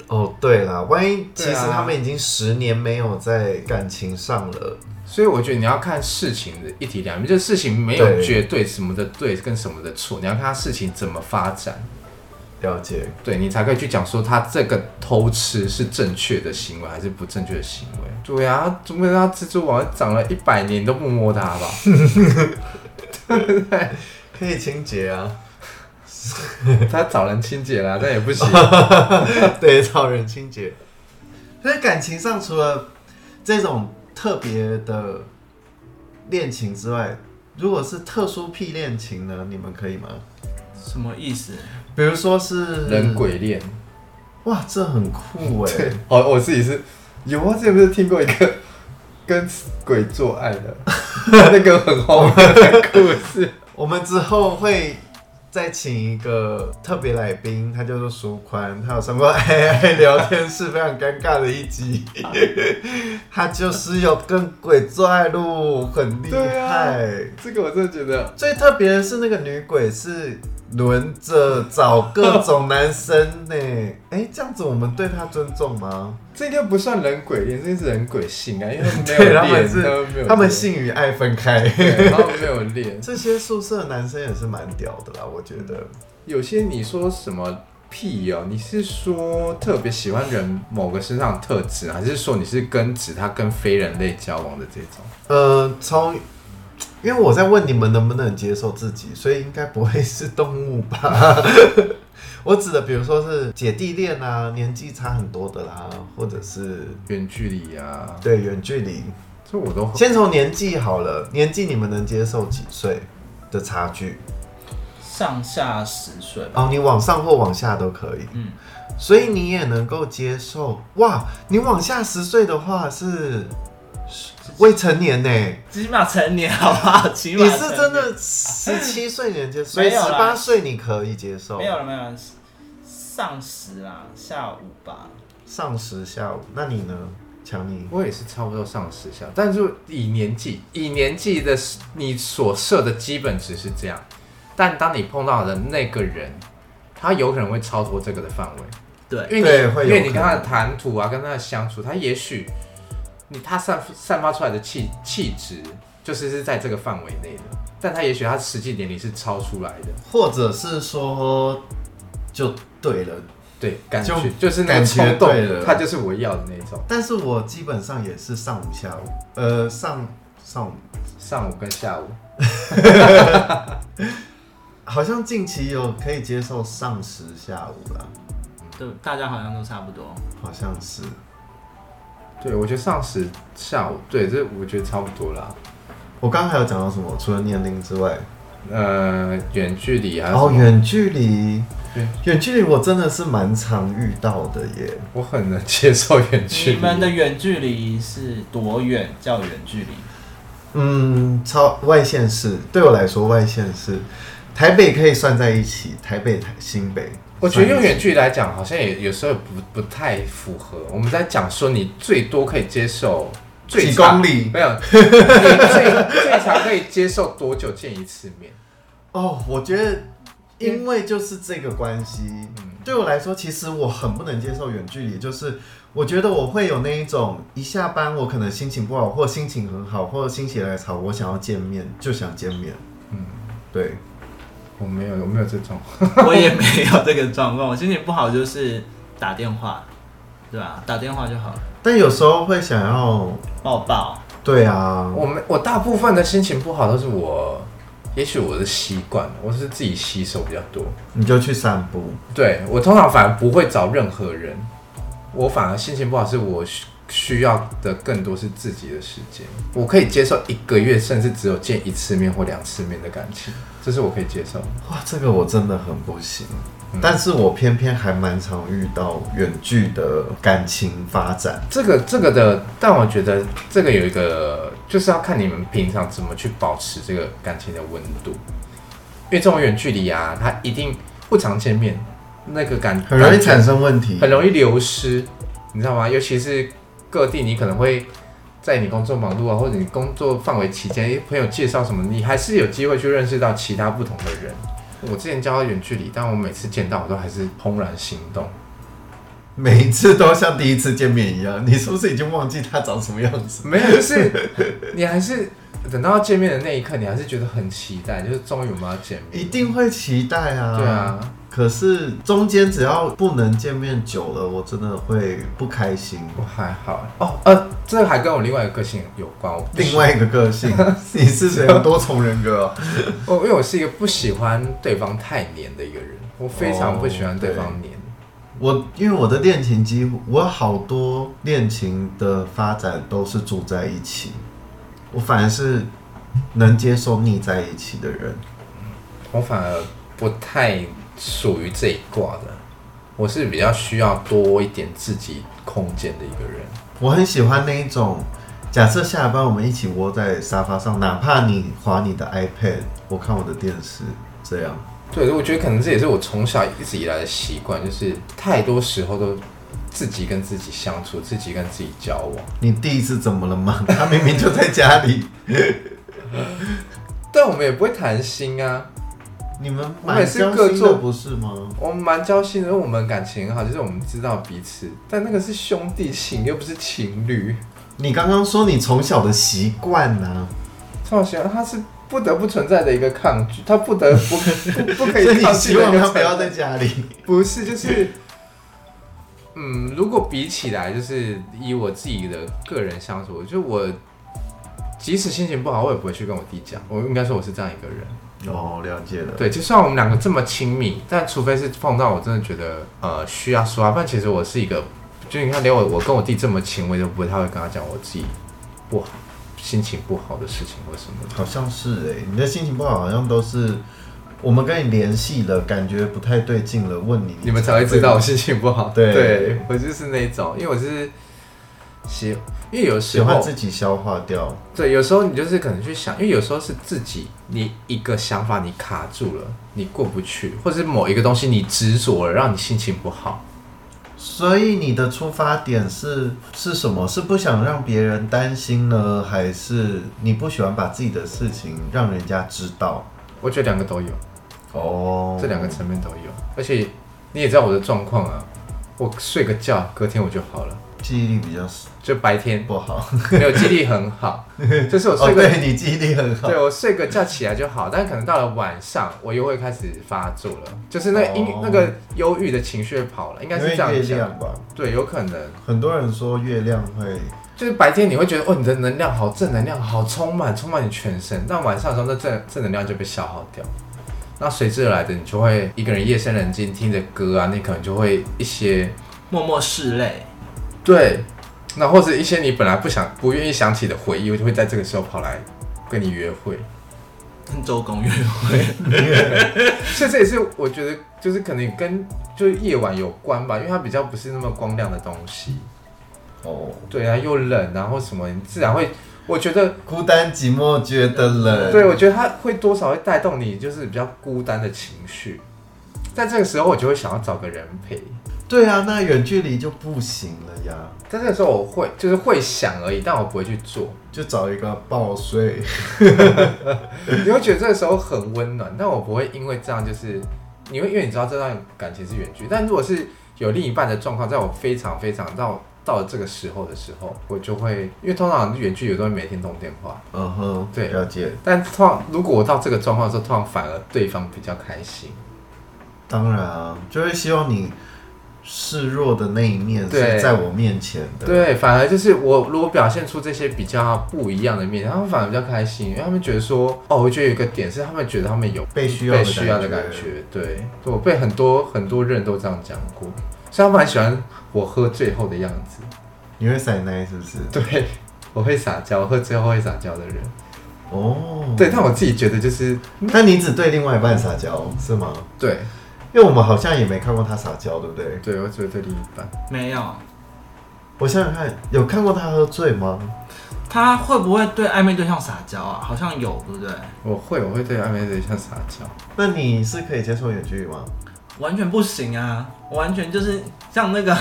Speaker 6: 哦，对啦，万一其
Speaker 2: 对
Speaker 6: 实
Speaker 2: 啊
Speaker 6: 他们已经十年没有在感情上了，
Speaker 2: 所以我觉得你要看事情的一体两面，就是事情没有
Speaker 6: 对
Speaker 2: 绝对什么的对跟什么的错，你要看他事情怎么发展，
Speaker 6: 了解。
Speaker 2: 对你才可以去讲说他这个偷吃是正确的行为还是不正确的行为。对啊，怎么他蜘蛛网长了一百年你都不摸它 *laughs* 吧？
Speaker 6: 可以清洁啊，
Speaker 2: 他找人清洁啦，但也不 *laughs* 行。
Speaker 6: 对，找人清洁。但是感情上，除了这种特别的恋情之外，如果是特殊癖恋情呢，你们可以吗？
Speaker 3: 什么意思？
Speaker 6: 比如说是
Speaker 2: 人，鬼恋， *laughs*
Speaker 6: 哇，这很酷哎、
Speaker 2: 对，哦，我自己是有啊，之前不是听过一个跟鬼做爱的，那个很荒谬的故事。
Speaker 6: 我们之后会再请一个特别来宾，他叫做舒宽，他有上 *laughs* 过 AI 聊天室，非常尴尬的一集。 *laughs* 他就是有跟鬼做爱路，很厉
Speaker 2: 对啊
Speaker 6: 害。
Speaker 2: 这个我真的觉得，
Speaker 6: 最特别的是那个女鬼是轮着找各种男生呢、 *laughs* 哎、这样子我们对她尊重吗？
Speaker 2: 这应该不算人鬼恋，这是人鬼性啊，因为他们没有
Speaker 6: 对，他们
Speaker 2: 恋，
Speaker 6: 是
Speaker 2: 没有，
Speaker 6: 他们，性与爱分开。 *laughs*
Speaker 2: 对，他们没有恋。
Speaker 6: 这些宿舍男生也是蛮屌的啦，我觉得。
Speaker 2: 有些你说什么屁哦？你是说特别喜欢人某个身上的特质，还是说你是跟指他跟非人类交往的这种？
Speaker 6: 呃，从因为我在问你们能不能接受自己，所以应该不会是动物吧。 *laughs* 我指的，比如说是姐弟恋啊，年纪差很多的啦，或者是
Speaker 2: 远距离啊，
Speaker 6: 对远距离，
Speaker 2: 这我都
Speaker 6: 先从年纪好了，年纪你们能接受几岁的差距？
Speaker 3: 上下十岁吧，
Speaker 6: 哦，你往上或往下都可以。
Speaker 3: 嗯，
Speaker 6: 所以你也能够接受。哇，你往下十岁的话是未成年呢、
Speaker 3: 起码成年好不好？起码
Speaker 6: *laughs* 你
Speaker 3: 成
Speaker 6: 是
Speaker 3: 年
Speaker 6: 真的十七岁能接受，所
Speaker 3: *laughs*
Speaker 6: 以
Speaker 3: 没有
Speaker 6: 十
Speaker 3: 啦
Speaker 6: 八岁你可以接受。
Speaker 3: 没有了，没有了，上十啦，下午吧。
Speaker 6: 上十下午，那你呢？强尼，
Speaker 2: 我也是差不多上十下，但是以年纪，以年纪的你所设的基本值是这样，但当你碰到的那个人，他有可能会超脱这个的范围，
Speaker 3: 对，
Speaker 2: 因为
Speaker 6: 对会
Speaker 2: 你
Speaker 6: 有
Speaker 2: 因为你
Speaker 6: 可
Speaker 2: 跟他的
Speaker 6: 能
Speaker 2: 谈吐啊，跟他的相处，他也许你他散散发出来的气气质，就是是在这个范围内的，但他也许他实际年龄是超出来的，
Speaker 6: 或者是说就对了，
Speaker 2: 对，感觉
Speaker 6: 就
Speaker 2: 就是那个
Speaker 6: 感觉
Speaker 2: 冲动
Speaker 6: 对了，
Speaker 2: 它就是我要的那种。
Speaker 6: 但是我基本上也是上午下午，呃，上上午
Speaker 2: 上午跟下午，
Speaker 6: 好像近期有可以接受上时下午啦，
Speaker 3: 对，大家好像都差不多。
Speaker 6: 好像是。
Speaker 2: 对我觉得上时下午，对，这我觉得差不多啦。
Speaker 6: 我刚刚还有讲到什么？除了年龄之外，
Speaker 2: 呃，远距离还有
Speaker 6: 哦，
Speaker 2: 什么
Speaker 6: 远距离
Speaker 2: 对，
Speaker 6: 远距离我真的是蛮常遇到的耶。
Speaker 2: 我很能接受远距离。
Speaker 3: 你们的远距离是多远叫远距 *laughs* 离？
Speaker 6: 嗯，超外县市对我来说，外县市，台北可以算在一起，台北、台新北。
Speaker 2: 我觉得用
Speaker 6: 算一起
Speaker 2: 远距离来讲，好像也有时候不不太符合。我们在讲说你最多可以接受最
Speaker 6: 几
Speaker 2: 长
Speaker 6: 公里
Speaker 2: 没有， *laughs* 你最最长可以接受多久见一次面？
Speaker 6: 哦，我觉得因为就是这个关系，对我来说，其实我很不能接受远距离，就是我觉得我会有那一种一下班我可能心情不好，或心情很好，或者心血来潮，我想要见面就想见面。嗯
Speaker 2: 嗯，
Speaker 6: 对，
Speaker 2: 我没有，我没有这种。
Speaker 3: 我也没有这个状况，我心情不好就是打电话，对吧、打电话就好了，
Speaker 6: 但有时候会想要，
Speaker 3: 抱抱。
Speaker 6: 对啊，
Speaker 2: 我们我大部分的心情不好都是我，也许我的习惯，我是自己吸收比较多。
Speaker 6: 你就去散步。
Speaker 2: 对我通常反而不会找任何人，我反而心情不好是我需需要的更多是自己的时间。我可以接受一个月甚至只有见一次面或两次面的感情，这是我可以接受的。
Speaker 6: 哇，这个我真的很不行，但是我偏偏还蛮常遇到远距的感情发展。
Speaker 2: 这个这个的，但我觉得这个有一个就是要看你们平常怎么去保持这个感情的温度，因为这种远距离啊，它一定不常见面，那个感
Speaker 6: 很容易
Speaker 2: 感觉
Speaker 6: 产生问题，
Speaker 2: 很容易流失，你知道吗？尤其是各地，你可能会在你工作忙碌啊，或者你工作范围期间，诶朋友介绍什么，你还是有机会去认识到其他不同的人。我之前交到远距离，但我每次见到我都还是怦然心动。
Speaker 6: 每一次都像第一次见面一样，你是不是已经忘记他长什么样子？
Speaker 2: 没有，就是你还是等到见面的那一刻，你还是觉得很期待，就是终于我们要见面。
Speaker 6: 一定会期待啊！
Speaker 2: 对。啊，
Speaker 6: 可是中间只要不能见面久了，我真的会不开心。
Speaker 2: 我还好哦，呃，这个还跟我另外一个个性有关。我不喜
Speaker 6: 另外一个个 *laughs* 性，你是谁？有多重人格、啊？
Speaker 2: 哦我因为我是一个不喜欢对方太黏的一个人，我非常不喜欢对
Speaker 6: 哦
Speaker 2: 方黏。
Speaker 6: 我因为我的恋情几乎，我好多恋情的发展都是住在一起，我反而是能接受腻在一起的人。
Speaker 2: 我反而不太属于这一挂的，我是比较需要多一点自己空间的一个人。
Speaker 6: 我很喜欢那一种，假设下班我们一起窝在沙发上，哪怕你划你的 iPad，我看我的电视，这样。
Speaker 2: 对，我觉得可能这也是我从小一直以来的习惯，就是太多时候都自己跟自己相处，自己跟自己交往。
Speaker 6: 你弟是怎么了吗？ *laughs* 他明明就在家里。
Speaker 2: 但我们也不会谈心啊，
Speaker 6: 你们
Speaker 2: 我
Speaker 6: 蛮
Speaker 2: 每次
Speaker 6: 交
Speaker 2: 各
Speaker 6: 心
Speaker 2: 做
Speaker 6: 的不是吗？
Speaker 2: 我们蛮交心的，因为我们感情很好，就是我们知道彼此，但那个是兄弟情，又不是情侣。
Speaker 6: 你刚刚说你从小的习惯啊呢，
Speaker 2: 这种习惯它是不得不存在的一个抗拒，它不
Speaker 6: *laughs*
Speaker 2: 得不不不可
Speaker 6: 所
Speaker 2: 以
Speaker 6: 以你
Speaker 2: 抗拒
Speaker 6: 希
Speaker 2: 的一
Speaker 6: 望
Speaker 2: 个
Speaker 6: 他不
Speaker 2: 存
Speaker 6: 要
Speaker 2: 在
Speaker 6: 在家里。
Speaker 2: 不是，就是，嗯，如果比起来，就是以我自己的个人相处，就我即使心情不好，我也不会去跟我弟讲。我应该说我是这样一个人。
Speaker 6: 哦，了解了。
Speaker 2: 对，就算我们两个这么亲密，但除非是碰到我真的觉得呃需要说啊，不然其实我是一个，就你看连我我跟我弟这么亲，我也都不太会跟他讲我自己不好、心情不好的事情或什么的。
Speaker 6: 好像是哎、你的心情不好，好像都是我们跟你联系了，感觉不太对劲了，问你，
Speaker 2: 你们才会知道我心情不好。
Speaker 6: 对
Speaker 2: 我就是那种，因为我是喜，因为有时
Speaker 6: 喜
Speaker 2: 候
Speaker 6: 欢自己消化掉。
Speaker 2: 对，有时候你就是可能去想，因为有时候是自己你一个想法你卡住了，你过不去，或者是某一个东西你执着了，让你心情不好。
Speaker 6: 所以你的出发点是是什么？是不想让别人担心呢，还是你不喜欢把自己的事情让人家知道？
Speaker 2: 我觉得两个都有，
Speaker 6: 哦
Speaker 2: 这两个层面都有，而且你也知道我的状况啊，我睡个觉，隔天我就好了。
Speaker 6: 记忆力比较
Speaker 2: 就白天 *laughs*
Speaker 6: 不好。
Speaker 2: 没有记忆力很
Speaker 6: *laughs*
Speaker 2: 好，就是我
Speaker 6: 哦，
Speaker 2: 睡个、
Speaker 6: 对你记忆力很好
Speaker 2: 对。我睡个觉起来就好，但可能到了晚上，我又会开始发作了，就是那个阴、
Speaker 6: 哦
Speaker 2: 那个忧郁的情绪会跑了，应该
Speaker 6: 因
Speaker 2: 是
Speaker 6: 为
Speaker 2: 这样
Speaker 6: 月
Speaker 2: 讲
Speaker 6: 亮。吧，
Speaker 2: 对，有可能
Speaker 6: 很多人说月亮会
Speaker 2: 就是白天你会觉得哦，你的能量好正能量，好充满，充满你全身，但晚上的时候，那正正能量就被消耗掉。那随之而来的，你就会一个人夜深人静听着歌啊，你可能就会一些
Speaker 3: 默默拭泪。
Speaker 2: 对，那或者一些你本来不想、不愿意想起的回忆，就会在这个时候跑来跟你约会。
Speaker 3: 跟周公约会，
Speaker 2: 所以这也是我觉得，就是可能跟就是夜晚有关吧，因为它比较不是那么光亮的东西。
Speaker 6: 哦
Speaker 2: 对啊，又冷，然后什么，你自然会，我觉得，
Speaker 6: 孤单寂寞觉得冷。
Speaker 2: 对我觉得它会多少会带动你，就是比较孤单的情绪。在这个时候，我就会想要找个人陪。
Speaker 6: 对啊，那远距离就不行了呀，
Speaker 2: 在这个时候，我会就是会想而已，但我不会去做。
Speaker 6: 就找一个
Speaker 3: *laughs*
Speaker 6: 抱睡。
Speaker 2: 你会觉得这个时候很温暖，但我不会因为这样就是，你会因为你知道这段感情是远距，但如果是有另一半的状况，在我非常非常到到了这个时候的时候，我就会，因为通常远距有时候会每天通电话，
Speaker 6: 嗯哼，
Speaker 2: 对
Speaker 6: 了解。
Speaker 2: 但通常如果我到这个状况的时候，通常反而对方比较开心，
Speaker 6: 当然啊，就会希望你示弱的那一面
Speaker 2: 对
Speaker 6: 是在我面前的。，
Speaker 2: 对，反而就是我如果表现出这些比较不一样的面，他们反而比较开心，因为他们觉得说，哦，我觉得有一个点是他们觉得他们有
Speaker 6: 被需要
Speaker 2: 被
Speaker 6: 的
Speaker 2: 需要的感。觉。对，我被很多很多人都这样讲过，所以他们很喜欢我喝醉后的样子。
Speaker 6: 你会塞奶是不是？
Speaker 2: 对，我会撒娇，我喝醉后会撒娇的人。
Speaker 6: 哦，
Speaker 2: 对，但我自己觉得就是
Speaker 6: 但你只对另外一半撒娇是吗？
Speaker 2: 对
Speaker 6: 因为我们好像也没看过他撒娇，对不对？
Speaker 2: 对，我只会对另一半。
Speaker 3: 没有。
Speaker 6: 我想想看，有看过他喝醉吗？
Speaker 3: 他会不会对暧昧对象撒娇啊？好像有，对不对？
Speaker 2: 我会，我会对暧昧对象撒娇。
Speaker 6: 那你是可以接受远距离吗？
Speaker 3: 完全不行啊！我完全就是像那个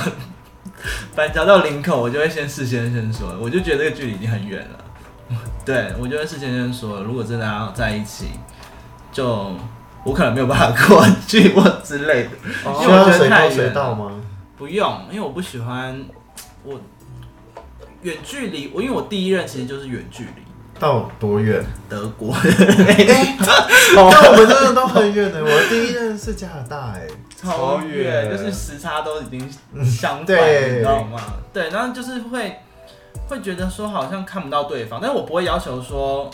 Speaker 3: *laughs* 板桥到林口，我就会先事先先说，我就觉得这个距离已经很远了。 *laughs* 对，我就会事先先说，如果真的要在一起，就我可能没有办法过去或之类的，因
Speaker 6: 哦需
Speaker 3: 为我
Speaker 6: 要
Speaker 3: 觉得
Speaker 6: 随
Speaker 3: 太
Speaker 6: 到随
Speaker 3: 远
Speaker 6: 到
Speaker 3: 了。
Speaker 6: 吗？
Speaker 3: 不用，因为我不喜欢我远距离，我因为我第一任其实就是远距离，
Speaker 6: 到多远？
Speaker 3: 德国的
Speaker 6: 但我们真的都很远的。我第一任是加拿大，哎，
Speaker 3: 超
Speaker 2: 超
Speaker 3: 远，
Speaker 2: 远
Speaker 3: 就是时差都
Speaker 6: *laughs*
Speaker 3: 已经相反，
Speaker 6: 对
Speaker 3: 你知道吗？对，然后就是会会觉得说好像看不到对方，但是我不会要求说，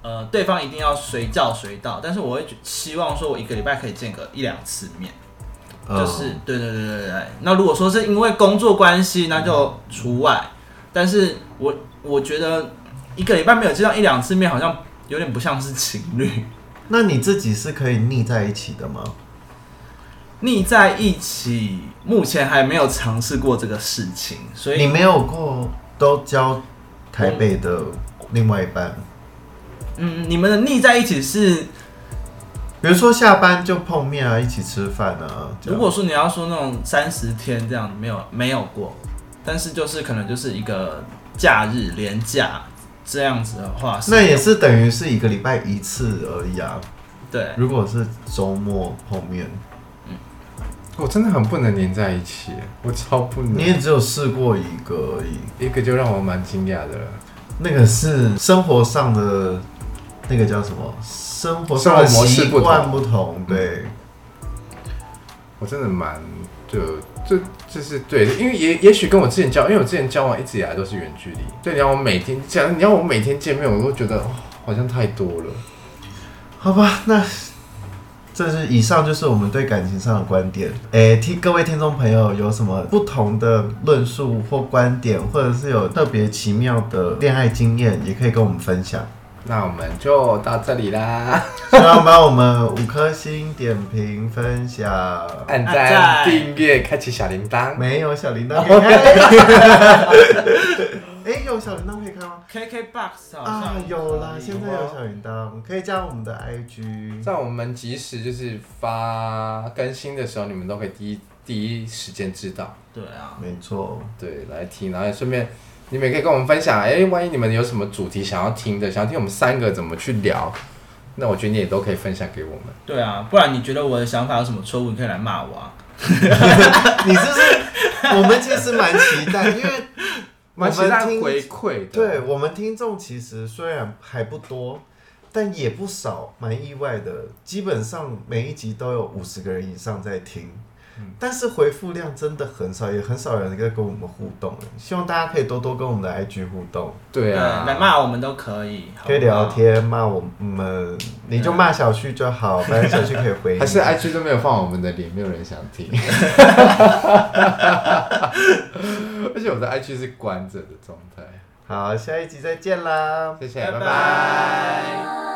Speaker 3: 呃，对方一定要随叫随到，但是我会觉希望说我一个礼拜可以见个一两次面，就是
Speaker 6: 嗯
Speaker 3: 对对对对对。那如果说是因为工作关系，那就除外，但是我我觉得一个礼拜没有见到一两次面，好像有点不像是情侣。
Speaker 6: 那你自己是可以腻在一起的吗？
Speaker 3: 腻在一起，目前还没有尝试过这个事情，所
Speaker 6: 你
Speaker 3: 以
Speaker 6: 没有过都交台北的另外一半，
Speaker 3: 嗯，你们的腻在一起是，
Speaker 6: 啊比如说下班就碰面啊，一起吃饭啊。这
Speaker 3: 如
Speaker 6: 样
Speaker 3: 果说你要说那种三十天这样，没有没有过，但是就是可能就是一个假日连假这样子的话，
Speaker 6: 那也是等于是一个礼拜一次而已啊。
Speaker 3: 对，
Speaker 6: 如果是周末碰面，
Speaker 2: 我真的很不能黏在一起，我超不能。
Speaker 6: 你也只有试过一个而已，
Speaker 2: 一个就让我蛮惊讶的了。
Speaker 6: 那个是生活上的那个叫什么？生活上的
Speaker 2: 生活模式
Speaker 6: 习
Speaker 2: 不同
Speaker 6: 惯不同，对。
Speaker 2: 我真的蛮就就就是对，因为也也许跟我之前交，因为我之前交往一直以来都是远距离，对，你要我每天假如你要我每天见面，我都觉得、哦、好像太多了。
Speaker 6: 好吧，那这是以上就是我们对感情上的观点。诶，听各位听众朋友有什么不同的论述或观点，或者是有特别奇妙的恋爱经验，也可以跟我们分享。
Speaker 2: 那我们就到这里啦，
Speaker 6: 希望帮我们五颗星点评分享，
Speaker 2: 按
Speaker 3: 按
Speaker 2: 赞、
Speaker 3: 赞
Speaker 2: 订阅、开启小铃铛。
Speaker 6: 没有小铃铛可以开。 *laughs* 诶，有小铃铛可以开吗？
Speaker 3: KK Box 好
Speaker 6: 啊
Speaker 3: 像、，啊
Speaker 6: 有啦，现在有小铃铛，可以加我们的 IG。
Speaker 2: 在我们及时就是发更新的时候，你们都可以第一第一时间知道，
Speaker 3: 对啊，
Speaker 6: 没错，
Speaker 2: 对，来听，然后顺便你们也可以跟我们分享，哎、万一你们有什么主题想要听的，想要听我们三个怎么去聊，那我觉得你也都可以分享给我们。
Speaker 3: 对啊，不然你觉得我的想法有什么错误，你可以来骂我啊。
Speaker 6: 你是不是我们其实蛮期待，因为
Speaker 2: 蛮期待
Speaker 6: 我们听
Speaker 2: 回馈的。
Speaker 6: 对我们听众其实虽然还不多，但也不少，蛮意外的。基本上每一集都有五十个人以上在听，
Speaker 2: 嗯
Speaker 6: 但是回复量真的很少，也很少人在跟我们互动。希望大家可以多多跟我们的 IG 互动，
Speaker 2: 对
Speaker 3: 对，
Speaker 2: 啊，
Speaker 3: 来骂我们都可以，好不好
Speaker 6: 可以聊。天骂我们，你就骂小旭就好，反正小旭可以回你。
Speaker 2: 嗯还是 IG 都没有放我们的脸，没有人想 *laughs* 听。而且我的 IG 是关着的状态。
Speaker 6: 好，下一集再见啦，
Speaker 2: 谢谢，拜
Speaker 3: 拜
Speaker 2: 拜
Speaker 3: 拜。